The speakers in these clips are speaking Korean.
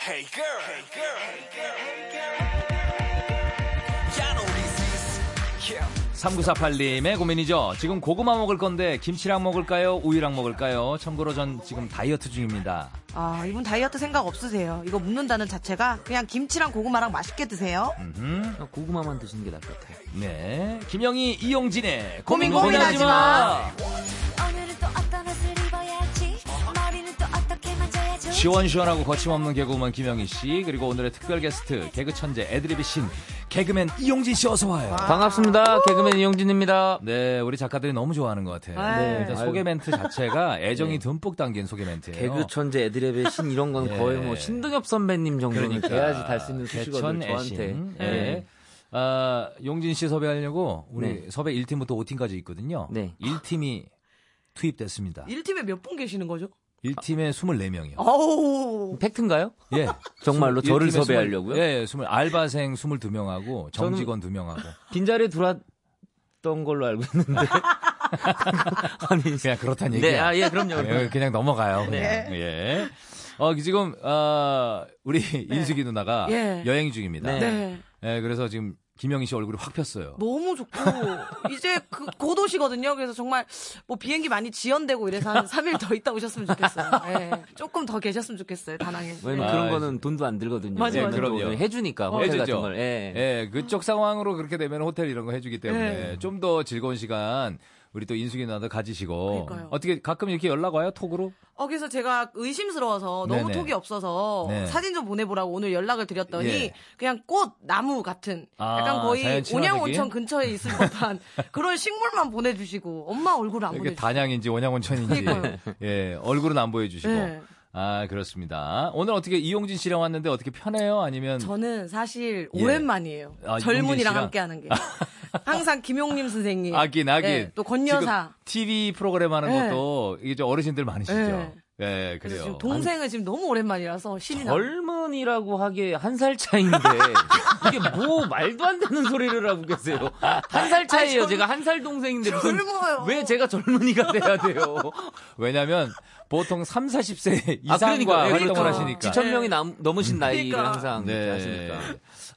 Hey girl, hey girl, hey girl, hey girl. 야, 너 우리 sis. Yeah. 3948님의 고민이죠. 지금 고구마 먹을 건데 김치랑 먹을까요? 우유랑 먹을까요? 참고로 전 지금 다이어트 중입니다. 아, 이분 다이어트 생각 없으세요. 이거 묻는다는 자체가 그냥 김치랑 고구마랑 맛있게 드세요. 음흠. 고구마만 드시는 게 나을 것 같아요. 네. 김영희, 이용진의 고민, 고민 고민하지 고민하지 마. 오늘은 또 어떤 옷을 입어야지 머리는 또 어떻게 만져야지 시원시원하고 거침없는 개그우먼 김영희 씨 그리고 오늘의 특별 게스트 개그 천재 애드립의 신 개그맨 이용진 씨 어서 와요. 아. 반갑습니다. 개그맨 이용진입니다. 네, 우리 작가들이 너무 좋아하는 것 같아요. 네. 일단 소개 멘트 자체가 애정이 듬뿍 담긴 소개 멘트예요. 개그 천재 애드랩의 신 이런 건 예. 거의 뭐 신동엽 선배님 정도는 그러니까 돼야지 달 수 있는 개천 수식어를 저한테. 애신. 예. 예. 아, 용진 씨 섭외하려고 우리 네. 섭외 1팀부터 5팀까지 있거든요. 네. 1팀이 투입됐습니다. 1팀에 몇 분 계시는 거죠? 1팀에 24명이요. 어우. 팩트인가요? 예. 정말로 스물- 저를 1팀에 스물- 섭외하려고요? 예, 20 알바생 22명하고 정직원 2명하고. 빈자리에 들어왔던 걸로 알고 있는데. 아니, 그냥 그렇다는 네, 얘기야. 아, 예, 그럼요. 예, 그냥 넘어가요. 네. 그냥. 예. 어, 지금 아, 우리 인숙이 누나가 네. 예. 여행 중입니다. 네. 네. 예, 그래서 지금 김영희 씨 얼굴이 확 폈어요. 너무 좋고 이제 그 고도시거든요. 그래서 정말 뭐 비행기 많이 지연되고 이래서 한 3일 더 있다 오셨으면 좋겠어요. 예. 조금 더 계셨으면 좋겠어요. 다낭에. 왜냐면 아, 그런 이제- 거는 돈도 안 들거든요. 맞아, 왜냐면 맞아. 또 그럼요. 해주니까, 호텔 같은 걸. 예. 어, 예, 그쪽 상황으로 그렇게 되면 호텔 이런 거 해주기 때문에 예. 좀 더 즐거운 시간 우리 또 인숙이 누나도 가지시고 그러니까요. 어떻게 가끔 이렇게 연락 와요 톡으로? 어, 그래서 제가 의심스러워서 너무 네네. 톡이 없어서 네. 사진 좀 보내보라고 오늘 연락을 드렸더니 예. 그냥 꽃, 나무 같은 아, 약간 거의 자연 친화적인? 온양온천 근처에 있을 법한 그런 식물만 보내주시고 엄마 얼굴 안 이게 보내주시고 단양인지 원양온천인지 아, 그러니까요. 예 얼굴은 안 보여주시고 네. 아 그렇습니다. 오늘 어떻게 이용진 씨랑 왔는데 어떻게 편해요? 아니면 저는 사실 예. 오랜만이에요. 아, 용진 젊은이랑 씨랑? 함께하는 게 항상 김용림 선생님, 아긴 아긴 예, 또 권여사. 지금 TV 프로그램 하는 네. 것도 이게 좀 어르신들 많으시죠? 네. 예 그래요. 그래서 지금 동생은 지금 너무 오랜만이라서 신이 나. 젊은이라고 하기에 한 살 차이인데 이게 뭐 말도 안 되는 소리를 하고 계세요. 한 살 아니, 차이예요. 저는 제가 한 살 동생인데 무슨 젊어요. 왜 제가 젊은이가 돼야 돼요? 왜냐면 보통 3, 40세 아, 이상과 활동을 그러니까. 하시니까 지천 명이 남- 넘으신 나이를 그러니까. 항상 네. 하시니까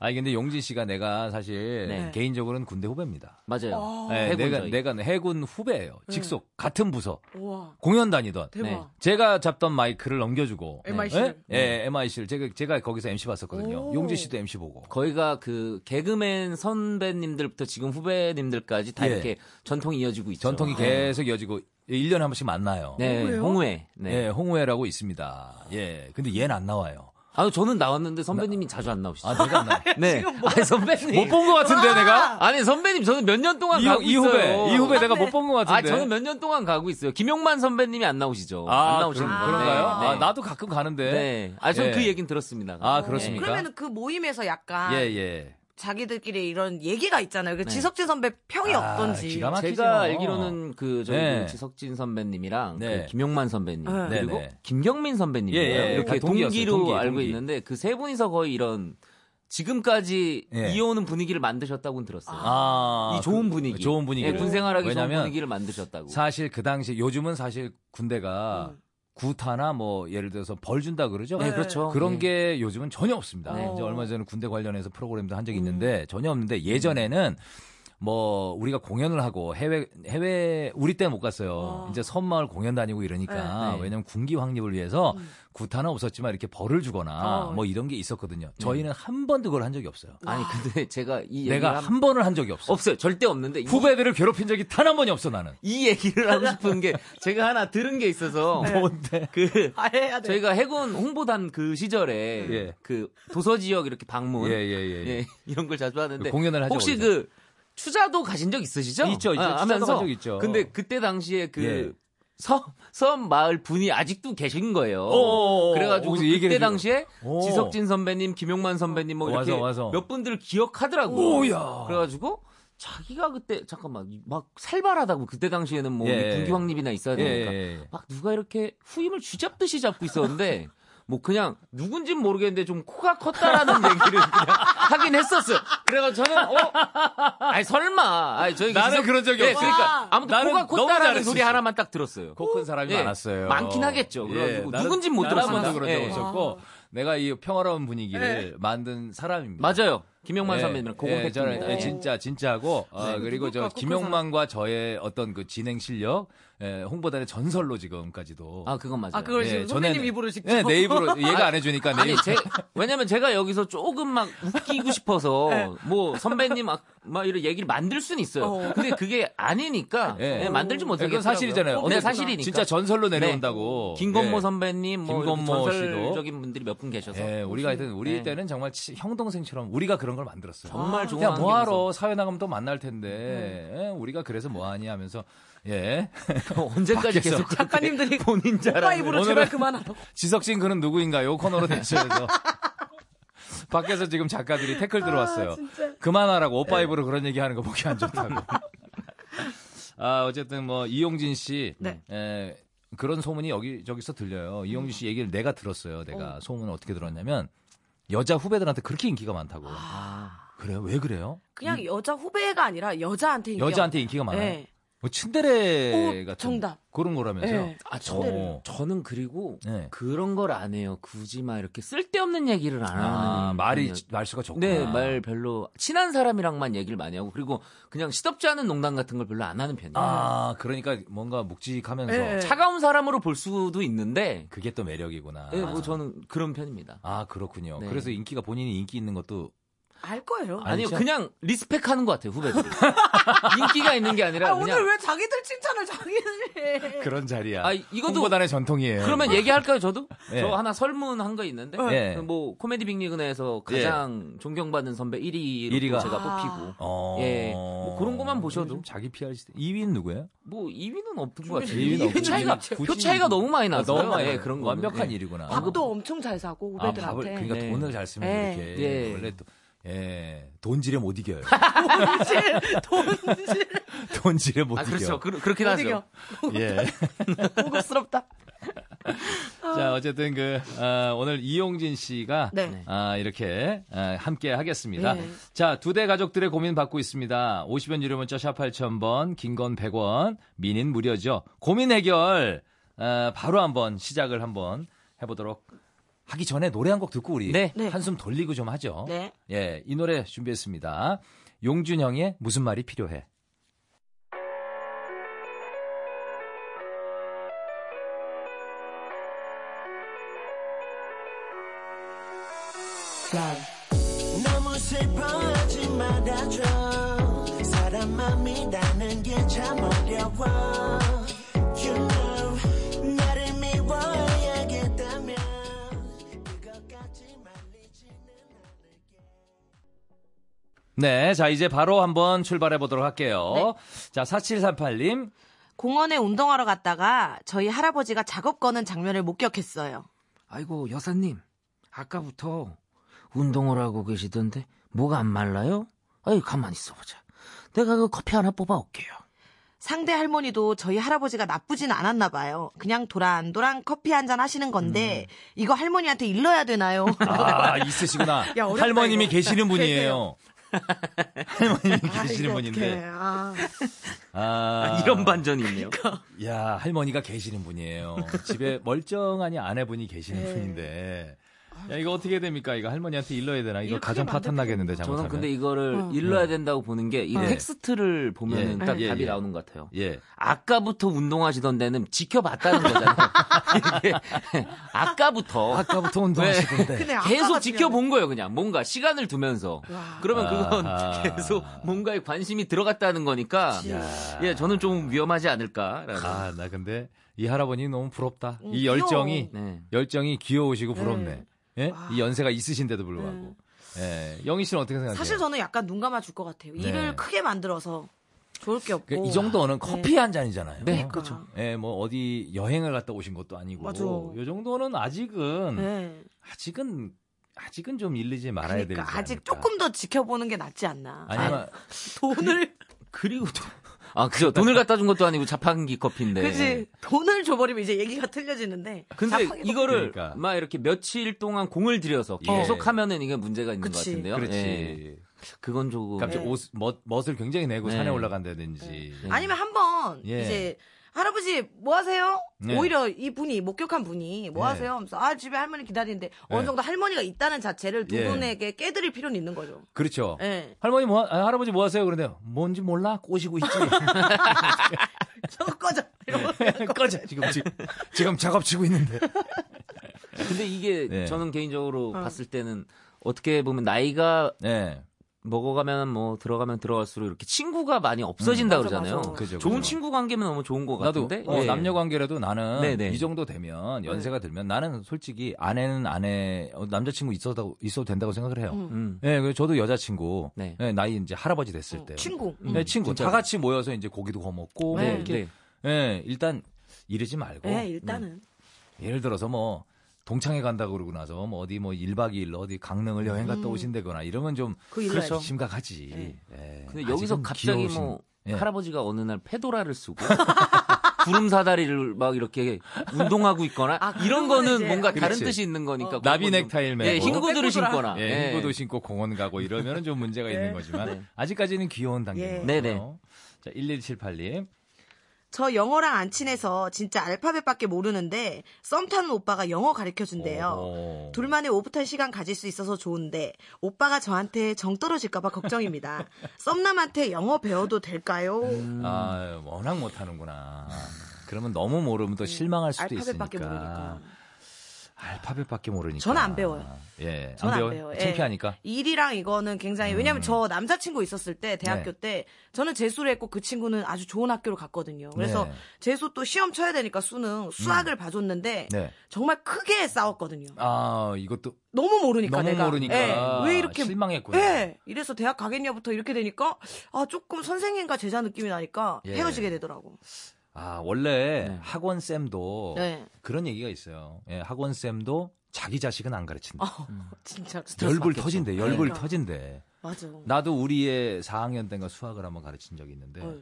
아니 근데 용진 씨가 내가 사실 네. 어, 개인적으로는 군대 후배입니다. 맞아요. 네, 해군 내가 저희. 내가 해군 후배예요. 직속 같은 부서 우와 공연 다니던. 대박. 네. 제가 잡던 마이크를 넘겨주고 MIC 를. 예, MIC를 제가 제가 거기서 MC 봤었거든요. 오. 용진 씨도 MC 보고. 거기가 그 개그맨 선배님들부터 지금 후배님들까지 다 예. 이렇게 전통이 이어지고 있죠. 전통이 계속 이어지고 1년에 한 번씩 만나요. 그렇죠. 네, 뭐예요? 홍우회. 네. 예, 홍우회라고 있습니다. 예. 근데 얘는 안 나와요. 아, 저는 나왔는데 선배님이 자주 안 나오시죠. 아, 내가 안 나와. 네. 아니, 선배님. 못 본 것 같은데 내가? 아니 선배님 저는 몇 년 동안 이, 가고 이 있어요. 후배, 이 후배 내가 못 본 것 아 같은데. 저는 몇 년 동안 가고 있어요. 김용만 선배님이 안 나오시죠. 아, 뭐, 안 나오시는 그런- 거. 그런가요? 네. 아, 나도 가끔 가는데. 네. 아, 전 예. 그 얘기는 들었습니다. 네. 아, 그렇습니까? 그러면 그 모임에서 약간 예, 예. 자기들끼리 이런 얘기가 있잖아요. 그 지석진 선배 평이 아, 어떤지. 기가 막히지 제가 뭐. 알기로는 그 저희 네. 그 지석진 선배님이랑 네. 그 김용만 선배님 네. 그리고 네, 네. 김경민 선배님 예, 예, 예. 이렇게 다 동기였어요, 동기로 동기, 알고 동기. 있는데 그 세 분이서 거의 이런 지금까지 예. 이어오는 분위기를 만드셨다고는 들었어요. 아, 이 좋은 그- 분위기, 좋은 분위기. 예, 군 생활하기 좋은 왜냐면 분위기를 만드셨다고. 사실 그 당시 요즘은 사실 군대가 음. 구타나 뭐 예를 들어서 벌 준다 그러죠. 네, 그렇죠. 그런 네. 게 요즘은 전혀 없습니다. 네. 이제 얼마 전에 군대 관련해서 프로그램도 음. 한 적이 있는데 전혀 없는데 예전에는 뭐 우리가 공연을 하고 해외 해외 우리 때 못 갔어요. 아. 이제 섬마을 공연 다니고 이러니까 네, 음. 네. 왜냐면 군기 확립을 위해서 구타는 없었지만 이렇게 벌을 주거나 어. 뭐 이런 게 있었거든요. 저희는 한 번도 그걸 한 적이 없어요. 네. 아니 근데 제가 이 내가 얘기를 한 번을 한 적이 없어. 없어요. 절대 없는데 이- 후배들을 괴롭힌 적이 단 한 번이 없어 나는. 이 얘기를 하고 싶은 게 제가 하나 들은 게 있어서 네. 뭔데? 그 아, 해야 돼. 저희가 해군 홍보단 그 시절에 예. 그 도서 지역 이렇게 방문 예, 예, 예. 예, 이런 걸 자주 하는데 공연을 하죠, 혹시 거기서. 그 추자도 가신 적 있으시죠? 아, 있죠, 있죠. 추자도 하면서 간적 있죠. 근데 그때 당시에 그 예. 섬, 섬 마을 분이 아직도 계신 거예요. 어어어어. 그래가지고 거기서 그때 얘기를 해줘요. 당시에 오. 지석진 선배님, 김용만 선배님 뭐 이렇게 와서, 와서. 몇 분들을 기억하더라고. 오야. 그래가지고 자기가 그때 잠깐만 이- 막 살벌하다고 그때 당시에는 뭐 예. 군기 확립이나 있어야 예, 되니까 예, 예. 막 누가 이렇게 후임을 쥐잡듯이 잡고 있었는데 뭐 그냥 누군진 모르겠는데 좀 코가 컸다라는 얘기를 그냥 하긴 했었어요. 그래가지고 저는 어 아니 설마 아니 저희 나는 지석- 그런 적이 예, 없어. 그러니까 아무튼 나는 코가 너무 컸다라는 잘했어. 소리 하나만 딱 들었어요. 코큰 사람이 예, 많았어요. 예. 많긴 하겠죠. 그래가지고 누군진 못 나라만도 들었습니다. 그런 적 예. 없었고 내가 이 평화로운 분위기를 만든 사람입니다. 맞아요. 김영만 예, 선배님이랑 예, 저는, 고공택입니다. 네. 예, 진짜 진짜고 아, 네, 그리고 저 누굴까? 코코사. 김용만과 저의 어떤 그 진행 실력, 예, 홍보단의 전설로 지금까지도. 아 그건 맞아요. 네. 아, 그걸 지금 선배님 입으로 직접. 네, 내 입으로 얘가 안 해주니까 내 아니 입. 제 왜냐면 제가 여기서 조금 막 웃기고 싶어서 뭐 선배님 막, 막 이런 얘기를 만들 수는 있어요. 어. 근데 그게 아니니까 예. 예, 만들지 못하겠어요. 그건 사실이잖아요. 네 어쨌든 사실이니까. 진짜 전설로 내려온다고. 네. 김건모 예. 선배님, 뭐 김건모 김건모 씨도. 전설적인 분들이 몇 분 계셔서 예, 우리가 하여튼 우리 네. 때는 정말 치- 형 동생처럼 우리가 그런 걸 만들었어요. 정말 좋은 야, 아, 뭐하러 환경에서. 네. 사회 나가면 또 만날 텐데 예, 우리가 그래서 뭐하니 하면서 예 언제까지 밖에서. 계속 그렇게 작가님들이 본인 오빠 자랑 입으로 제발 그만하라고. 지석진 그는 누구인가요 코너로 대체해서 밖에서 지금 작가들이 태클 들어왔어요. 아, 그만하라고 네. 오빠 입으로 그런 얘기하는 거 보기 안 좋다고. 아 어쨌든 뭐 이용진 씨 네. 에, 그런 소문이 여기 저기서 들려요. 이용진 씨 얘기를 내가 들었어요. 내가 소문을 어떻게 들었냐면 여자 후배들한테 그렇게 인기가 많다고. 아. 그래요? 왜 그래요? 그냥 여자 후배가 아니라 여자한테 인기. 여자한테 인기가 많아요. 네. 뭐 츤데레 오, 같은 정답. 그런 거라면서요. 네. 아, 저, 어. 저는 그리고 네. 그런 걸 안 해요. 굳이 막 이렇게 쓸데없는 얘기를 안 하는. 아, 말이 편이에요. 말수가 좋구나. 네, 말 별로 친한 사람이랑만 얘기를 많이 하고 그리고 그냥 시덥지 않은 농담 같은 걸 별로 안 하는 편이에요. 아, 그러니까 뭔가 묵직하면서 네. 차가운 사람으로 볼 수도 있는데 그게 또 매력이구나. 예, 뭐 저는 그런 편입니다. 아 그렇군요. 네. 그래서 인기가 본인이 인기 있는 것도 알 거예요. 아, 아, 아니요, 진짜? 그냥 리스펙하는 것 같아요 후배들이. 인기가 있는 게 아니라 그러니까 그냥. 오늘 왜 자기들 칭찬을 자기들 해. 그런 자리야. 아, 이것도- 홍보단의 전통이에요. 그러면 얘기할까요, 저도? 예. 저 하나 설문한 거 있는데, 예. 뭐, 코미디 빅리그에서 가장 존경받는 선배 1위로 일위가. 제가 아. 뽑히고, 어... 예, 뭐 그런 것만 보셔도. 요즘 자기 PR 시스템. 2위는 누구예요? 뭐 2위는 없던 것 같아요. 이위는 표 없죠. 차이가 굳이- 표 차이가 너무 많이 아, 나서 너무 많이 예, 그런 거 완벽한 일이구나. 밥도 엄청 잘 사고 아, 밥을 후배들한테. 그러니까 네. 돈을 잘 쓰면 네. 이렇게 뭐 네. 원래 또. 예, 돈 지려 못 이겨요. 돈질 돈 지려 못 아 이겨. 그렇죠. 그, 렇긴 못 하죠. 이겨. 예. 고급스럽다. 자, 어쨌든 그 아, 오늘 이용진 씨가 네. 아, 이렇게 아, 함께 하겠습니다. 네. 자, 두 대 가족들의 고민 받고 있습니다. 50원 유료 문자 샵 8000번, 긴 건 100원, 미닌 무료죠. 고민 해결 아, 바로 한번 시작을 한번 해 보도록 하기 전에 노래 한 곡 듣고 우리 네. 네. 한숨 돌리고 좀 하죠. 네. 예, 이 노래 준비했습니다. 용준형의 무슨 말이 필요해. 너무 슬퍼하지 말아줘 사람 마음이라는 게 참 어려워 You know 나를 미워해야겠다면 그것까지 말리지는 네, 자 이제 바로 한번 출발해 보도록 할게요. 자, 4738님. 공원에 운동하러 갔다가 저희 할아버지가 작업 거는 장면을 목격했어요. 아이고 여사님 아까부터 운동을 하고 계시던데 뭐가 안 말라요? 아이 가만 있어보자. 내가 그 커피 하나 뽑아올게요. 상대 할머니도 저희 할아버지가 나쁘진 않았나 봐요. 그냥 도란도란 커피 한 잔 하시는 건데 음. 이거 할머니한테 일러야 되나요? 아, 있으시구나. 야, 어렵다, 할머님이 이거. 아, 계시는 분이에요. 할머님이 계시는 분인데. 아, 그러니까. 이런 반전이 있네요. 야, 할머니가 계시는 분이에요. 집에 멀쩡하니 아내분이 계시는 분인데. 야, 이거 어떻게 됩니까? 이거 할머니한테 일러야 되나? 이거 이렇게 가정 하면 안 파탄 나겠는데, 저는 잘못하면. 근데 이거를 어. 일러야 된다고 보는 게 이 예. 텍스트를 보면 예. 딱 예, 답이 예. 나오는 것 같아요. 예. 아까부터 운동하시던 데는 지켜봤다는 거잖아요. 이게 아까부터 아까부터 네, 운동하시던데. 계속 지켜본 거예요, 그냥. 뭔가 시간을 두면서. 그러면 그건 아하. 계속 뭔가에 관심이 들어갔다는 거니까. 예, 저는 좀 위험하지 않을까라는. 아, 나 근데 이 할아버니 너무 부럽다. 음, 이 열정이 네. 열정이 귀여우시고 부럽네. 네. 예? 이 연세가 있으신데도 불구하고. 예. 영희 씨는 어떻게 생각하세요? 사실 저는 약간 눈 감아 줄 것 같아요. 네. 일을 크게 만들어서 좋을 게 그 없고. 이 정도는 커피 한 잔이잖아요. 네, 네. 그렇죠. 예, 뭐 어디 여행을 갔다 오신 것도 아니고. 맞아. 요 정도는 아직은 네. 아직은 아직은 좀 일리지 말아야 되지 그러니까 않을까. 아직 조금 더 지켜보는 게 낫지 않나. 아니면 돈을 그리고 또. 아, 그죠. 돈을 갖다 준 것도 아니고 자판기 커피인데. 네. 그지 돈을 줘버리면 이제 얘기가 틀려지는데. 근데 이거를 그러니까. 막 이렇게 며칠 동안 공을 들여서 예. 계속 하면은 이게 문제가 있는 것 그치. 같은데요. 그렇지. 예. 그건 조금. 네. 갑자기 옷, 멋, 멋을 굉장히 내고 네. 산에 올라간다든지. 아니면 한번 예. 이제 할아버지 뭐 하세요? 네. 오히려 이 분이 목격한 분이 뭐 네. 하세요? 하면서 아 집에 할머니 기다리는데 어느 네. 정도 할머니가 있다는 자체를 두 예. 분에게 깨드릴 필요는 있는 거죠. 그렇죠. 예. 할머니 뭐 하- 아, 할아버지 뭐 하세요? 그런데요. 뭔지 몰라. 꼬시고 있지. 저거 꺼져 이러고 네. 꺼져. 지금 지금 지금 작업 치고 있는데. 근데 이게 네. 저는 개인적으로 봤을 때는 어떻게 보면 나이가 네. 먹어가면 뭐 들어가면 들어갈수록 이렇게 친구가 많이 없어진다 맞아, 그러잖아요. 맞아. 그죠, 좋은 그죠. 친구 관계면 너무 좋은 것 나도 같은데 어, 예. 남녀 관계라도 나는 네네. 이 정도 되면 연세가 들면 나는 솔직히 아내는 아내 어, 남자친구 있어도 있어도 된다고 생각을 해요. 음. 예, 그래서 저도 여자친구 네. 음, 예, 나이 이제 할아버지 됐을 때 어, 친구. 음. 네, 친구 다 같이 모여서 이제 고기도 구워 먹고 네. 뭐 이렇게 네. 예, 일단 이러지 말고 네, 일단은 예를 들어서 뭐 동창회 간다 그러고 나서 뭐 어디 뭐 1박 2일 어디 강릉을 여행 갔다 오신다거나 이러면 좀 음. 그렇죠. 그 네. 일로 해야지. 심각하지. 예, 근데 여기서 아직은 갑자기 귀여우신- 뭐 예. 할아버지가 어느 날 페도라를 쓰고 구름 사다리를 막 이렇게 운동하고 있거나 아, 그런 이런 거는 거는 이제- 뭔가 그렇지. 다른 뜻이 있는 거니까 나비 그건 좀- 넥타이를 예, 매고. 흰 구두를 백구두라. 신거나 예, 예. 흰구도 신고 공원 가고 이러면은 좀 문제가 네. 있는 거지만 아직까지는 귀여운 단계인 거예요. 네네. 자, 1178님. 저 영어랑 안 친해서 진짜 알파벳밖에 모르는데 썸 타는 오빠가 영어 가르쳐 준대요. 오. 둘만의 오붓한 시간 가질 수 있어서 좋은데 오빠가 저한테 정 떨어질까봐 걱정입니다. 썸남한테 영어 배워도 될까요? 아, 워낙 못 하는구나. 그러면 너무 모르면 또 실망할 수도 네. 알파벳밖에 있으니까. 모르니까. 알파벳밖에 모르니까. 저는 안 배워요. 예. 안 저는 안 배워요. 배워요. 예. 창피하니까. 음. 일이랑 이거는 굉장히 왜냐면 저 남자친구 있었을 때 대학교 네. 때 저는 재수를 했고 그 친구는 아주 좋은 학교를 갔거든요. 그래서 네. 재수 또 시험 쳐야 되니까 수능 수학을 봐줬는데 네. 정말 크게 싸웠거든요. 아, 이것도 너무 모르니까 너무 그러니까 내가 모르니까 아, 예, 왜 이렇게 실망했구나. 예, 이래서 대학 가겠냐부터 이렇게 되니까 아 조금 선생님과 제자 느낌이 나니까 예. 헤어지게 되더라고. 아, 원래 학원 쌤도 네. 그런 얘기가 있어요. 예, 학원 쌤도 자기 자식은 안 가르친다. 어, 진짜 열불 터진대, 열불 네. 그러니까. 터진대. 맞아. 나도 우리의 4학년 때인가 수학을 한번 가르친 적이 있는데 어.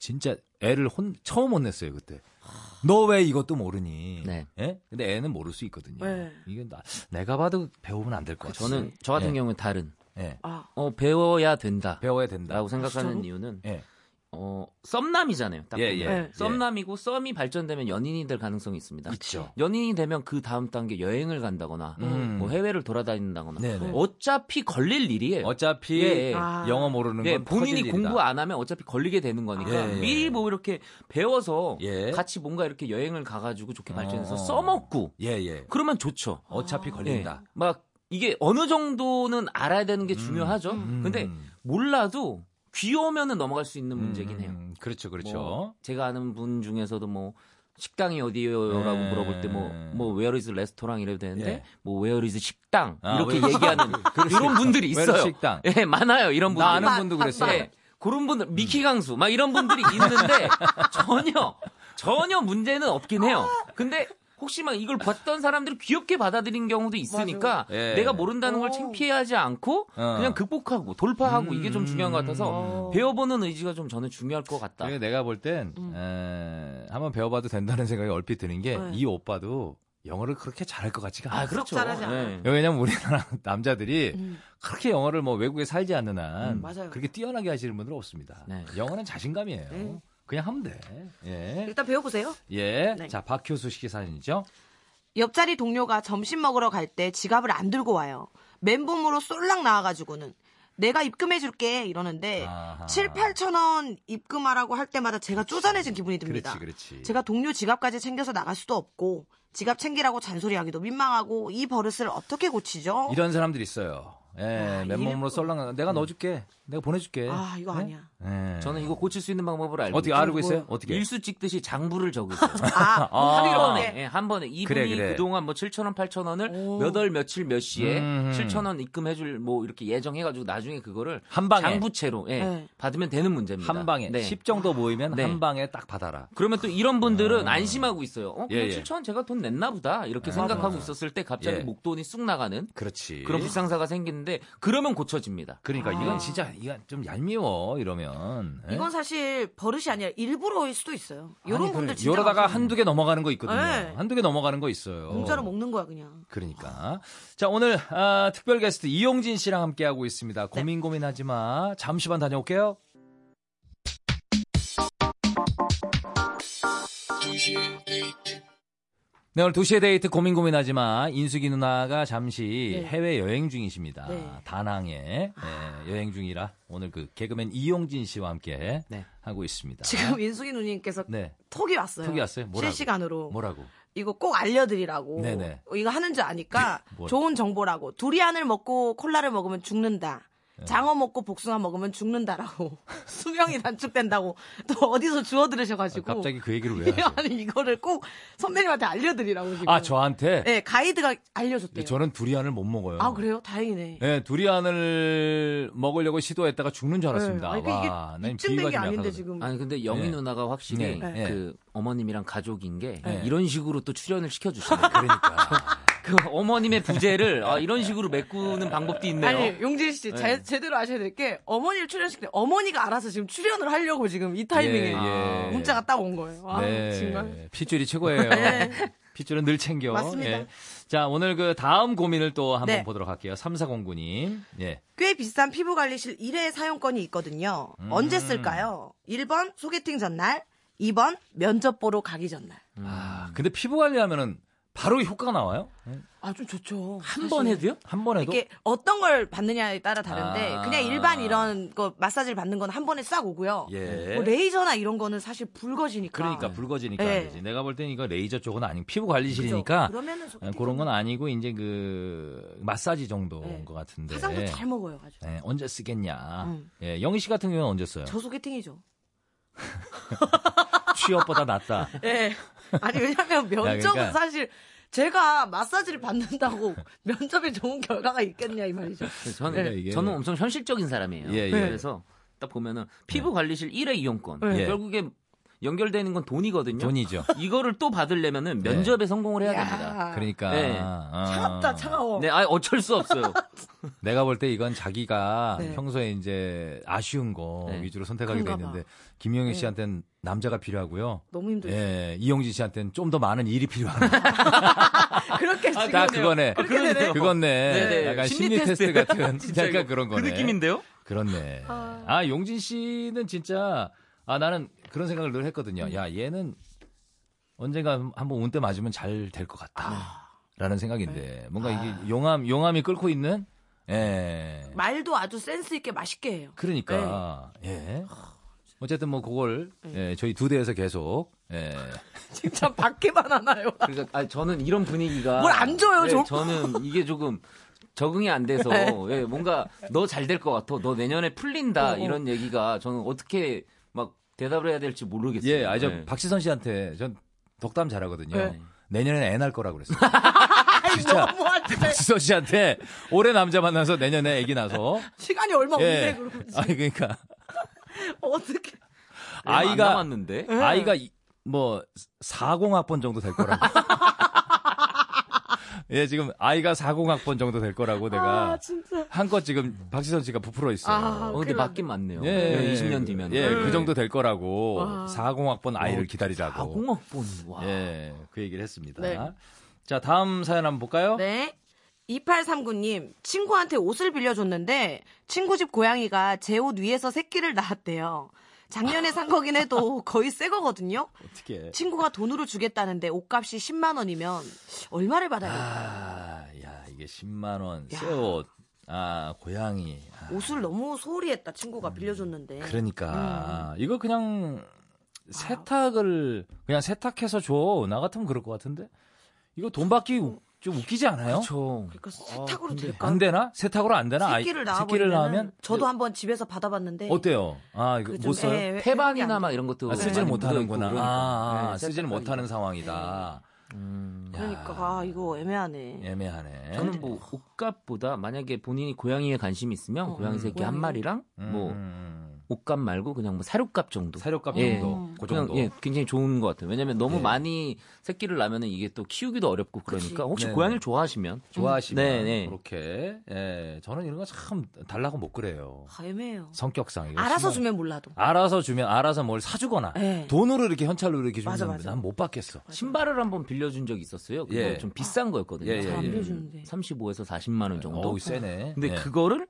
진짜 애를 혼 처음 혼냈어요 그때. 너 왜 이것도 모르니? 네. 예? 근데 애는 모를 수 있거든요. 네. 이게 나, 내가 봐도 배우면 안 될 것 같아. 그 저는 저 같은 예. 경우는 다른 예. 아 어, 배워야 된다. 배워야 된다. 라고 생각하는 이유는 예. 어, 썸남이잖아요. 딱 예, 보면. 예. 네. 썸남이고 썸이 발전되면 연인이 될 가능성이 있습니다. 있죠. 연인이 되면 그 다음 단계 여행을 간다거나 음. 뭐 해외를 돌아다닌다거나 네네. 어차피 걸릴 일이에요. 어차피 예, 예. 아. 영어 모르는 예, 건 본인이 터질 공부 일이다. 안 하면 어차피 걸리게 되는 거니까 아. 예, 예. 미리 뭐 이렇게 배워서 예. 같이 뭔가 이렇게 여행을 가가지고 좋게 발전해서 어. 써먹고 예, 아. 예. 그러면 좋죠. 어차피 걸린다. 음. 예. 막 이게 어느 정도는 알아야 되는 게 중요하죠. 근데 몰라도 귀여우면은 넘어갈 수 있는 예, 문제긴 해요. 음, 그렇죠, 그렇죠. 뭐 제가 아는 분 중에서도 뭐 식당이 어디요라고 네. 물어볼 때 뭐 뭐 웨어리즈 레스토랑 이래도 되는데 예. 뭐 웨어리즈 식당 아, 이렇게 where is- 그렇죠. 얘기하는 이런 분들이 where is 있어요. 식당? 예, 많아요. 이런 분들. 나 아는 분도 그랬어요. 예. 그런 분들 미키 강수 막 이런 분들이 있는데 전혀 전혀 문제는 없긴 해요. 근데 혹시 막 이걸 봤던 사람들이 귀엽게 받아들인 경우도 있으니까 예. 내가 모른다는 걸 창피해하지 않고 어. 음. 그냥 극복하고 돌파하고 이게 좀 중요한 것 같아서 배워보는 의지가 좀 저는 중요할 것 같다. 그리고 그러니까 내가 볼 땐 음. 한번 배워봐도 된다는 생각이 얼핏 드는 게 이 오빠도 영어를 그렇게 잘할 것 같지가 않아. 아, 그렇죠. 잘하지 네. 않아. 예. 왜냐면 우리나라 남자들이 그렇게 영어를 뭐 외국에 살지 않는 한 음, 맞아요. 그렇게 뛰어나게 하시는 분들은 없습니다. 네. 영어는 자신감이에요. 네. 그냥 하면 돼. 예. 일단 배워보세요. 예. 네. 자, 박효수 씨의 사연이죠. 옆자리 동료가 점심 먹으러 갈 때 지갑을 안 들고 와요. 맨몸으로 쏠랑 나와가지고는 내가 입금해줄게 이러는데 아하. 7, 8천 원 입금하라고 할 때마다 제가 쪼잔해진 기분이 듭니다. 그렇지, 그렇지. 제가 동료 지갑까지 챙겨서 나갈 수도 없고 지갑 챙기라고 잔소리하기도 민망하고 이 버릇을 어떻게 고치죠? 이런 사람들이 있어요. 예, 맨몸으로 이런- 썰랑 내가 넣어줄게. 내가 보내줄게. 아 이거 네? 아니야. 예. 저는 이거 고칠 수 있는 방법을 알고 어떻게 있죠. 알고 있어요? 어떻게? 일수 찍듯이 장부를 적으세요. 아, 한 하기로 번에 네. 해. 예, 한 번에 이분이 그래, 그래. 그동안 뭐 7천 원, 8천 원을 몇 월 며칠 몇 시에 음. 7천 원 입금해줄 뭐 이렇게 예정해가지고 나중에 그거를 한 방에. 장부채로 예, 네. 받으면 되는 문제입니다. 한 방에 네. 10 정도 모이면 네. 한 방에 딱 받아라. 그러면 또 이런 분들은 안심하고 있어요. 어, 아. 예, 그냥 예. 7천 원 제가 돈 냈나 보다 이렇게 생각하고 있었을 때 갑자기 예. 목돈이 쑥 나가는 그렇지. 그런 불상사가 생기는데 그러면 고쳐집니다. 그러니까 이건 진짜 이건 좀 얄미워 이러면. 예? 아. 이건 사실 버릇이 아니라 일부러일 수도 있어요. 이런 아니, 분들 그래. 진짜 이러다가 많아요. 한두 개 넘어가는 거 있거든요. 네. 한두 개 넘어가는 거 있어요. 공짜로 먹는 거야 그냥. 그러니까 자 오늘 아, 특별 게스트 이용진 씨랑 함께 하고 네. 있습니다. 고민 고민하지 마. 잠시만 다녀올게요. 네, 오늘 도시의 데이트 고민 고민하지만 인숙이 누나가 잠시 네. 해외 여행 중이십니다. 네. 다낭에 네, 여행 중이라 오늘 그 개그맨 이용진 씨와 함께 네. 하고 있습니다. 지금 인숙이 누님께서 네. 톡이 왔어요. 톡이 왔어요? 뭐라고? 실시간으로. 뭐라고? 이거 꼭 알려드리라고. 네네. 네. 이거 하는 줄 아니까 뭐라- 좋은 정보라고. 두리안을 먹고 콜라를 먹으면 죽는다. 네. 장어 먹고 복숭아 먹으면 죽는다라고. 수명이 단축된다고. 또 어디서 주워 들으셔가지고. 갑자기 그 얘기를 왜 하세요? 아니 이거를 꼭 선배님한테 알려드리라고 지금. 아, 저한테? 네, 네 가이드가 알려줬대요. 저는 두리안을 못 먹어요. 네. 아 그래요? 다행이네. 네, 두리안을 먹으려고 시도했다가 죽는 줄 알았습니다. 네. 아, 이게- 와, 이게 난 입증된 비위가 게 좀 아닌데 약하거든요. 지금. 아니 근데 영희 네. 누나가 확실히 네. 네. 그 어머님이랑 가족인 게 네. 이런 식으로 또 출연을 시켜주시네. 그러니까. 그 어머님의 부재를 아, 이런 식으로 메꾸는 방법도 있네요. 아니 용진 씨 잘- 제대로 아셔야 될 게 어머니를 출연시킬 때 어머니가 알아서 지금 출연을 하려고 지금 이 타이밍에 아, 예, 예. 문자가 딱 온 거예요. 아, 정말. 네. 핏줄이 최고예요. 핏줄은 늘 챙겨. 맞습니다. 예. 자, 오늘 그 다음 고민을 또 한번 네. 보도록 할게요. 3409님. 예. 꽤 비싼 피부 관리실 1회 사용권이 있거든요. 음. 언제 쓸까요? 1번 소개팅 전날, 2번 면접 보러 가기 전날. 음. 아, 근데 피부 관리하면은 바로 효과가 나와요? 예? 아, 좀 좋죠. 한 번 해도요? 한 번에도? 이게 어떤 걸 받느냐에 따라 다른데 아. 그냥 일반 이런 거 마사지를 받는 건 한 번에 싹 오고요. 예. 뭐 레이저나 이런 거는 사실 붉어지니까. 그러니까 붉어지니까 네. 그러지. 내가 볼 땐 이거 레이저 쪽은 아닌 피부 그죠? 관리실이니까 그러면은 예, 소개팅 그런 건 전날 아니고 이제 그 마사지 정도인 네. 것 같은데. 화장도 잘 먹어요, 아주. 예, 언제 쓰겠냐. 음. 예, 영희 씨 같은 경우는 언제 써요? 저 소개팅이죠. 취업보다 낫다. 예. 아니 왜냐면 면접은 그러니까- 사실 제가 마사지를 받는다고 면접에 좋은 결과가 있겠냐 이 말이죠. 그래서 저는 네, 이게- 저는 엄청 현실적인 사람이에요. 예, 예. 그래서 딱 보면은 피부 관리실 1회 이용권 예. 결국에 연결되는 건 돈이거든요. 돈이죠. 네. 이거를 또 받으려면은 면접에 성공을 해야 됩니다. 야, 그러니까 네. 아. 차갑다 차가워. 네, 아 어쩔 수 없어요. 내가 볼 때 이건 자기가 네. 평소에 이제 아쉬운 거 네. 위주로 선택하게 그런가 네. 됐는데 김영희 씨한테는 남자가 필요하고요. 너무 힘들죠. 예, 이용진 씨한테는 좀 더 많은 일이 필요합니다. 그렇게 지금 다 그거네. 아, 그러네요. 그건네. 네네. 약간 심리, 심리 테스트 테스트. 같은 진짜 약간 이거 그런 그 거네. 느낌인데요? 그렇네. 아, 용진 씨는 진짜 아 나는 그런 생각을 늘 했거든요. 야, 얘는 언젠가 한번 운 때 맞으면 잘 될 것 아. 같다라는 생각인데 뭔가 이게 용암 용암이 끓고 있는 예. 말도 아주 센스 있게 맛있게 해요. 그러니까 예. 어쨌든 뭐 그걸 예, 저희 두 대에서 계속 예. 진짜 받기만 하나요? 그러니까 아, 저는 이런 분위기가 뭘안 줘요, 네, 좀? 저는 이게 조금 적응이 안 돼서 예, 뭔가 너 잘 될 것 같아. 너 내년에 풀린다 이런 얘기가 저는 어떻게 막 대답을 해야 될지 모르겠어요. 예, 아저 예. 박시선 씨한테 전 덕담 잘하거든요. 네. 내년에는 애 낳을 거라고 그랬어요. 진짜 뭐 박시선 씨한테 올해 남자 만나서 내년에 애기 나서 시간이 얼마 없는데 예. 어, 그러고 지금 아니 그러니까 어떻게? 얼마 안 아이가 예. 남았는데 아이가 이- 뭐 40학번 정도 될 거라고. 예, 지금 아이가 40학번 정도 될 거라고 내가 아 진짜. 한껏 지금 박시선 씨가 부풀어 있어요. 아, 음. 어, 근데 큰일 맞긴 맞네요. 예, 20년 뒤면 네. 예, 그 정도 될 거라고 아. 40학번 아이를 기다리라고. 아 공학본 와. 예, 그 얘기를 했습니다. 네. 자, 다음 사연 한번 볼까요? 네. 2839님, 친구한테 옷을 빌려줬는데, 친구 집 고양이가 제 옷 위에서 새끼를 낳았대요. 작년에 산 거긴 해도 거의 새 거거든요? 어떻게? 친구가 돈으로 주겠다는데 옷값이 10만 원이면 얼마를 받아야 될까요? 아, 야, 이게 10만 원, 새 옷, 아, 고양이. 아, 음. 옷을 너무 소홀히 했다, 친구가 빌려줬는데. 그러니까 음. 이거 그냥 세탁을 그냥 세탁해서 줘. 나 같으면 그럴 것 같은데. 이거 돈 받기 우- 좀 웃기지 않아요? 그렇죠. 그러니까 세탁으로 될까? 어, 안 되나? 세탁으로 안 되나? 아이, 새끼를 낳아 새끼를 낳으면 저도 한번 집에서 네. 받아봤는데 어때요? 아, 이거 그 못 좀 써요? 애- 태반이나 막 이런 것도 아, 쓰지는 네, 많이 못하는구나. 묻어있고 그러니까. 아, 아, 예, 쓰지는 세탁하기가. 음. 못하는 상황이다. 그러니까 아 이거 애매하네. 애매하네. 저는 뭐 옷값보다 만약에 본인이 고양이에 관심이 있으면 고양이 새끼 한 마리랑 뭐 음, 옷값 말고 그냥 뭐 사료값 정도. 사료값 예. 음. 정도, 그 그냥, 정도. 예. 예, 굉장히 좋은 것 같아요. 왜냐면 너무 많이 새끼를 낳으면은 이게 또 키우기도 어렵고 그러니까 혹시 네네. 고양이를 좋아하시면 좋아하시면 네, 네. 그렇게. 예, 저는 이런 거 참 달라고 못 그래요. 아, 애매해요. 성격상 이거 알아서 심한- 주면 몰라도. 알아서 주면 알아서 뭘 사주거나 예. 돈으로 이렇게 현찰로 이렇게 주면 맞아, 맞아. 난 못 받겠어. 신발을 한번 빌려준 적이 있었어요. 그거 예. 좀 비싼 거였거든요. 예, 네. 예, 잘안 예. 빌려주는데. 35에서 40만 원 정도. 어우 세네. 근데 그 예. 그거를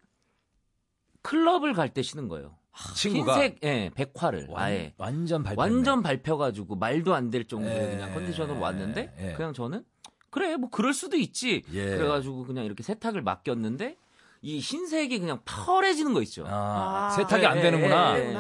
클럽을 갈 때 신은 거예요. 친구가 흰색 예, 백화를 아예 완전 발 완전 밟혀가지고 말도 안 될 정도의 예. 그냥 컨디션으로 왔는데 예. 그냥 저는 그래 뭐 그럴 수도 있지 예. 그래가지고 그냥 이렇게 세탁을 맡겼는데 이 흰색이 그냥 펄해지는 거 있죠. 아, 아. 세탁이 안 예, 되는구나. 예, 예.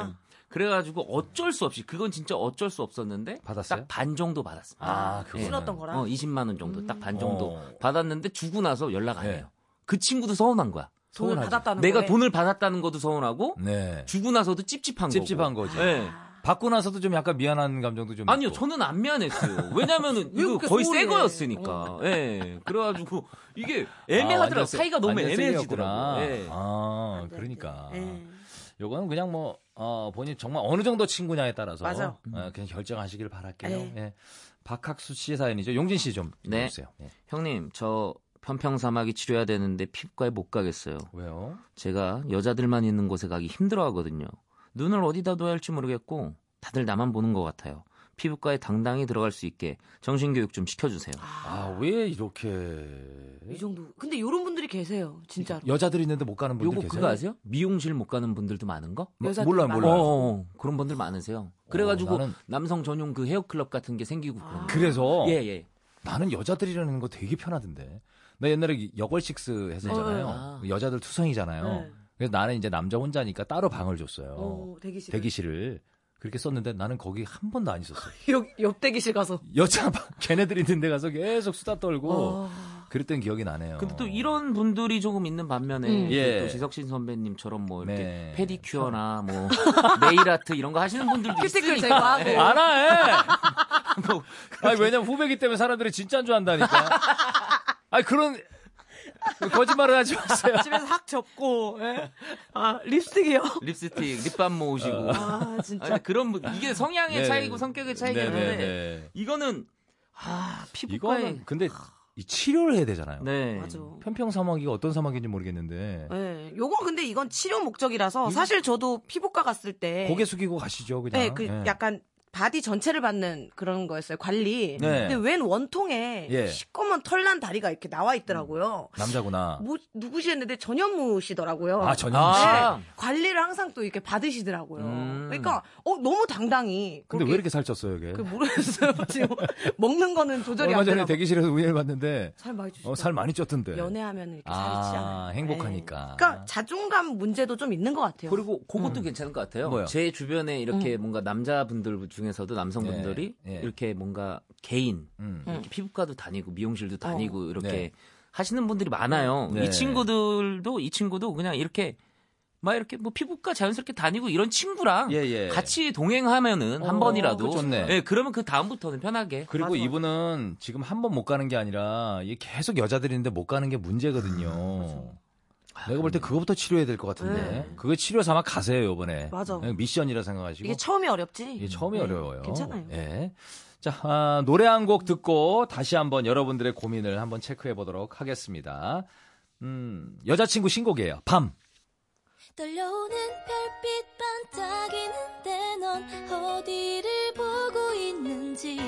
그래가지고 어쩔 수 없이 그건 진짜 어쩔 수 없었는데 받았어요? 딱 반 정도 받았습니다. 아, 그거. 신었던 거라. 어, 20만 원 정도 딱 반 정도 어. 받았는데 주고 나서 연락 안 네. 해요. 그 친구도 서운한 거야. 돈을 서운하지. 받았다는 내가 거래. 돈을 받았다는 것도 서운하고 네. 주고 나서도 찝찝한 거고. 찝찝한 거지. 예. 받고 나서도 좀 약간 미안한 감정도 좀 아니요, 있고. 저는 안 미안했어요. 왜냐면은 왜 이거 그렇게 거의 새 소홀해? 거였으니까. 예. 그래가지고 이게 아, 애매하더라고. 완전 세- 사이가 너무 완전 세게 애매해지더라고. 했구나. 예. 아, 그러니까. 예. 요거는 그냥 뭐, 어, 본인 정말 어느 정도 친구냐에 따라서. 맞아요. 음. 어, 그냥 결정하시길 바랄게요. 네. 예. 박학수 씨의 사연이죠. 용진 씨 좀. 네. 해주세요. 예. 형님, 저 편평 사막이 치료해야 되는데 피부과에 못 가겠어요. 왜요? 제가 여자들만 있는 곳에 가기 힘들어 하거든요. 눈을 어디다 둬야 할지 모르겠고 다들 나만 보는 것 같아요. 피부과에 당당히 들어갈 수 있게 정신교육 좀 시켜주세요. 아, 왜 이렇게. 이 정도. 근데 이런 분들이 계세요, 진짜로. 여자들 있는데 못 가는 분들 요거 계세요? 그거 아세요? 미용실 못 가는 분들도 많은 거? 뭐, 여자들 몰라요, 많아요. 몰라요. 어, 어, 그런 분들 많으세요. 그래가지고 나는- 남성 전용 그 헤어클럽 같은 게 생기고 그런 거. 그래서 예, 예. 나는 여자들이라는 거 되게 편하던데. 나 옛날에 그 여걸식스 했었잖아요. 어, 네. 여자들 투성이잖아요. 네. 그래서 나는 이제 남자 혼자니까 따로 방을 줬어요. 어, 대기실. 대기실을 그렇게 썼는데 나는 거기 한 번도 안 있었어. 옆, 옆 대기실 가서. 여자 방 걔네들 있는데 가서 계속 수다 떨고 어. 그랬던 기억이 나네요. 근데 또 이런 분들이 조금 있는 반면에 음. 예. 또 지석진 선배님처럼 뭐 이렇게 네. 페디큐어나 뭐 네일 아트 이런 거 하시는 분들도 큐티클 있으니까. 뭐 제거하고. 예. 알아. 아니 왜냐면 후배기 때문에 사람들이 진짜인 줄 안다니까. 아니 그런 거짓말을 하지 마세요. 집에서 학 접고. 예. 아, 립스틱이요. 립스틱, 립밤 모으시고. 아, 아, 진짜. 근데 그런 분 이게 성향의 어. 네. 차이고 성격의 차이긴 네, 네, 한데 네. 이거는 아 피부과에 이거는 음. 근데 이 치료를 해야 되잖아요. 네 맞아. 편평 사막이가 어떤 사막인지 모르겠는데 예. 요건 근데 이건 치료 목적이라서 사실 저도 피부과 갔을 때. 고개 숙이고 가시죠 그냥. 네, 그 예. 약간 바디 전체를 받는 그런 거였어요. 관리. 네. 근데 웬 원통에 예. 시꺼먼 털난 다리가 이렇게 나와 있더라고요. 남자구나. 뭐, 누구시 했는데 전현무시더라고요. 음. 아 전현 씨. 아. 관리를 항상 또 이렇게 받으시더라고요. 음. 그러니까 어 너무 당당히. 근데 왜 이렇게 살쪘어요, 이게? 그 모르겠어요. 지금 먹는 거는 조절이 얼마 안 전에 되고. 대기실에서 우연히 봤는데 살 많이 주시죠. 어, 살 많이 쪘던데. 연애하면 이렇게 아, 살이 찌잖아요. 행복하니까. 네. 그러니까 자존감 문제도 좀 있는 것 같아요. 그리고 그것도 괜찮을 것 같아요. 음. 뭐요? 음. 제 주변에 이렇게 뭔가 남자분들 중에서도 남성분들이 예, 예. 이렇게 뭔가 개인 음. 이렇게 피부과도 다니고 미용실도 다니고 이렇게 네. 하시는 분들이 많아요. 네. 이 친구들도 이 친구도 그냥 이렇게 막 이렇게 뭐 피부과 자연스럽게 다니고 이런 친구랑 예, 예. 음. 같이 동행하면은 한 어, 번이라도 그거 좋네. 예, 그러면 그 다음부터는 편하게 그리고 맞아. 이분은 지금 한 번 못 가는 게 아니라 이게 계속 여자들인데 못 가는 게 문제거든요. 내가 볼 때 그거부터 치료해야 될 것 같은데. 아, 네. 그게 치료 삼아 가세요, 요번에. 맞아. 그냥 미션이라 생각하시고. 이게 처음이 어렵지. 이게 처음이 네, 어려워요. 괜찮아요. 예. 자, 아, 노래 한 곡 듣고 다시 한번 여러분들의 고민을 한번 체크해 보도록 하겠습니다. 음, 여자친구 신곡이에요. 밤. 떨려오는 별빛 반짝이는데 넌 어디를 보고 있는지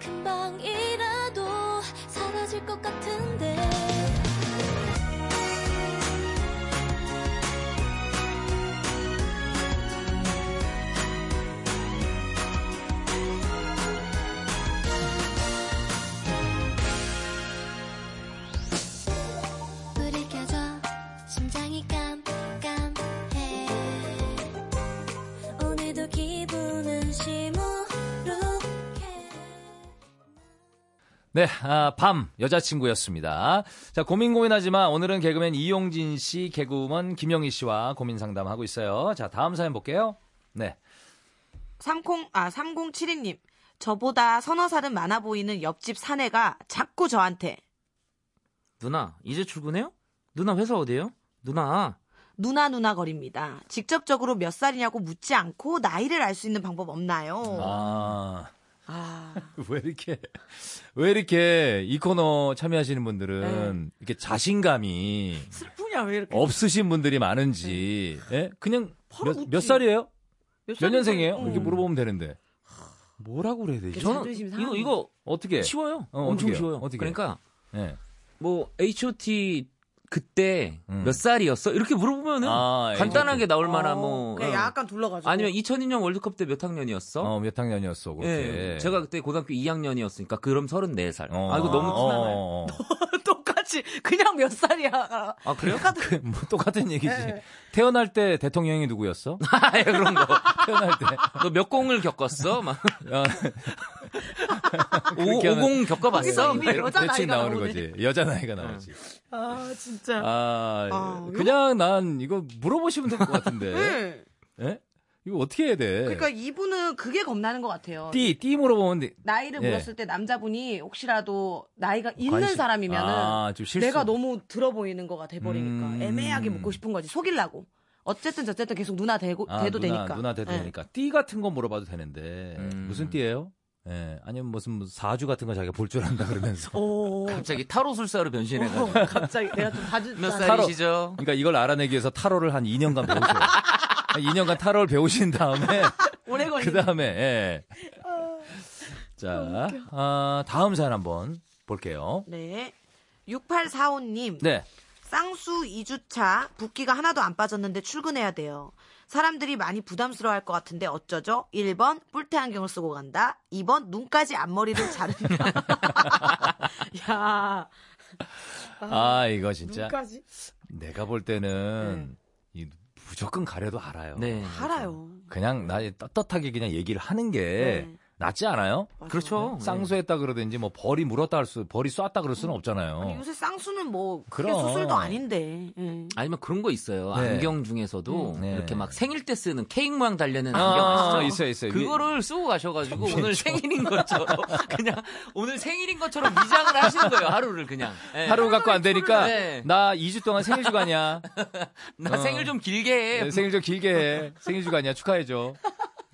금방이라도 사라질 것 같은데 불이 켜져 심장이 깜깜해 오늘도 기분은 시무룩해 네, 아, 밤 여자친구였습니다. 자 고민 고민하지만 오늘은 개그맨 이용진 씨, 개그우먼 김영희 씨와 고민 상담하고 있어요. 자 다음 사연 볼게요. 네, 30, 아, 3072님. 저보다 서너 살은 많아 보이는 옆집 사내가 자꾸 저한테 누나 이제 출근해요? 누나 회사 어디에요? 누나 누나 누나 거립니다. 직접적으로 몇 살이냐고 묻지 않고 나이를 알 수 있는 방법 없나요? 아. 아, 왜 이렇게 왜 이렇게 이 코너 참여하시는 네. 분들은 이렇게 자신감이 슬프냐 왜 이렇게? 없으신 분들이 많은지 네. 예? 그냥 바로 몇, 묻지. 몇 살이에요? 몇 살이지? 년생이에요? 어. 이렇게 음. 물어보면 되는데 뭐라고 그래야 되지? 저는 자존심 이거 상하네. 이거 어떻게? 예. 쉬워요. 그러니까 어, 엄청 어떻게 해요? 쉬워요. 어떻게 해요? 그러니까 예. 뭐 H.O.T 그때 음. 몇 살이었어? 이렇게 물어보면은 아, 간단하게 나올 만한 어, 뭐 그냥 어. 약간 둘러가지고. 아니면 2002년 월드컵 때 몇 학년이었어? 어, 몇 학년이었어, 그렇게. 예, 제가 그때 고등학교 2학년이었으니까 그럼 34살. 아 이거 너무 어, 티나나요? 어, 어. 똑같이 그냥 몇 살이야. 아 그래요? 그, 뭐 똑같은 네. 얘기지. 태어날 때 대통령이 누구였어? 예, 그런 거. 태어날 때. 너 몇 공을 겪었어? 막 어, 오, 그렇게 하면- 50 겪어봤어? 거기서 이미 막 이런- 여자 대충 나이가 나오는 나오네. 거지. 여자 나이가 나오지. 아 진짜. 아, 아, 그냥 난 이거 물어보시면 될 것 같은데. 네. 예? 이거 어떻게 해야 돼? 그러니까 이분은 그게 겁나는 것 같아요. 띠, 띠 물어보면 돼. 나이를 예. 물었을 때 남자분이 혹시라도 나이가 있는 관심- 사람이면은 아, 좀 실수. 내가 너무 들어 보이는 거가 돼 버리니까 음. 애매하게 묻고 싶은 거지 속이려고. 어쨌든 저쨌든 계속 누나 되고 아, 돼도 누나, 되니까. 누나 돼도 예. 되니까. 띠 같은 거 물어봐도 되는데. 음. 무슨 띠예요? 예. 아니면 무슨 뭐 사주 같은 거 자기가 볼 줄 안다 그러면서. 오. 갑자기 타로술사로 변신해가지고 어, 갑자기 내가 좀 봐주. 아, 몇 살이시죠? 그러니까 이걸 알아내기 위해서 타로를 한 2년간 배우세요. 한 2년간 타로를 배우신 다음에 오래 아, 걸리. 그 다음에 예. 자, 아, 다음 사연 한번 볼게요. 네. 6845님. 네. 쌍수 2주차 붓기가 하나도 안 빠졌는데 출근해야 돼요. 사람들이 많이 부담스러워할 것 같은데 어쩌죠? 1번 뿔테 안경을 쓰고 간다. 2번 눈까지 앞머리를 자른다. 야 아, 이거 진짜 눈까지 네. 내가 볼 때는 이 무조건 가려도 알아요. 네. 알아요. 그냥 나 떳떳하게 그냥 얘기를 하는 게 네. 낫지 않아요? 그렇죠. 쌍수했다 그러든지 뭐 벌이 물었다 할 수, 벌이 쐈다 그럴 수는 아니, 없잖아요. 요새 쌍수는 뭐 그게 어. 그럼. 수술도 아닌데. 예. 아니면 그런 거 있어요. 네. 안경 중에서도 네. 이렇게 막 생일 때 쓰는 케이크 모양 달려는 안경 아, 아시죠? 있어요, 아, 있어요. 그거를 쓰고 가셔가지고 오늘 생일인 것처럼 그냥 오늘 생일인 것처럼 위장을 하시는 거예요. 하루를 그냥. 예. 하루 갖고 안 되니까 네. 나 2주 동안 생일 주간이야. 나 어. 생일 좀 길게 해. 네, 생일 좀 길게 해. 생일 주간이야. 축하해줘.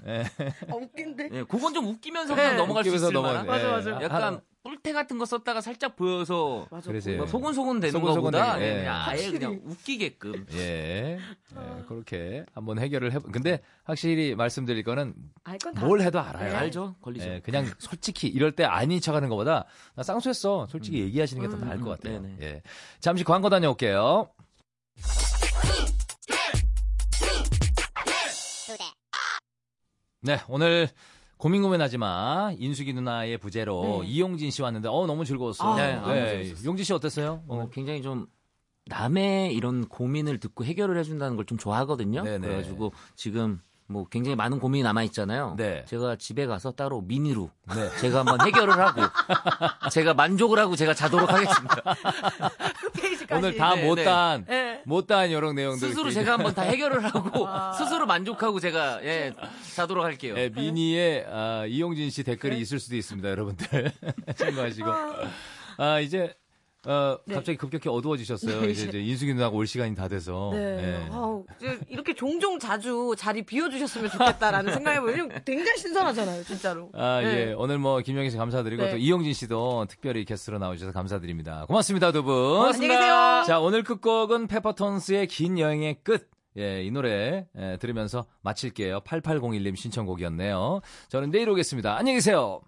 아, 웃긴데. 예, 그건 좀 웃기면서 그냥 네. 넘어갈 수 웃기면서 있을 만한. 넘어가네. 맞아, 맞아. 예. 약간 뿔테 같은 거 썼다가 살짝 보여서 맞아. 그러세요. 뭐 소곤소곤 되는 소곤소곤 거보다 되게, 예. 그냥 아예 확실히. 그냥 웃기게끔. 예. 어. 예, 그렇게 한번 해결을 해. 근데 확실히 말씀드릴 거는 아, 이건 다 뭘 해도 알아요. 네. 알죠? 걸리죠. 예, 그냥 솔직히 이럴 때 아닌 척하는 것보다 나 쌍수했어. 음. 솔직히 얘기하시는 게 더 나을 것 같아요. 네네. 예. 잠시 광고 다녀올게요. 네, 오늘 고민 고민하지 마. 인숙이 누나의 부재로 네. 이용진 씨 왔는데 어 너무 즐거웠어요. 아, 네, 너무 네. 재밌었어요. 용진 씨 어땠어요? 어, 오늘? 굉장히 좀 남의 이런 고민을 듣고 해결을 해준다는 걸 좀 좋아하거든요. 네네. 그래가지고 지금 뭐 굉장히 많은 고민이 남아 있잖아요. 네. 제가 집에 가서 따로 미니로 네. 제가 한번 해결을 하고 제가 만족을 하고 제가 자도록 하겠습니다. 페이지까지. 오늘 다 네, 네. 못한 예. 못다한 이런 내용들 스스로 이렇게 제가 한번 다 해결을 하고 스스로 만족하고 제가 예 자도록 할게요. 예, 미니에 아, 이용진 씨 댓글이 있을 수도 있습니다, 여러분들 참고하시고. 아 이제 어, 갑자기 급격히 어두워지셨어요. 네, 이제, 이제. 이제 인숙이 누나가 올 시간이 다 돼서. 네. 예. 아우, 이제 이렇게 종종 자주 자리 비워주셨으면 좋겠다라는 생각이 왜냐면 굉장히 신선하잖아요, 진짜로. 아, 네. 예. 오늘 뭐, 김영희 씨 감사드리고, 네. 또 이용진 씨도 특별히 게스트로 나오셔서 감사드립니다. 고맙습니다, 두 분. 안녕히 계세요. 자, 오늘 끝곡은 페퍼톤스의 긴 여행의 끝. 예, 이 노래 예, 들으면서 마칠게요. 8801님 신청곡이었네요. 저는 내일 오겠습니다. 안녕히 계세요.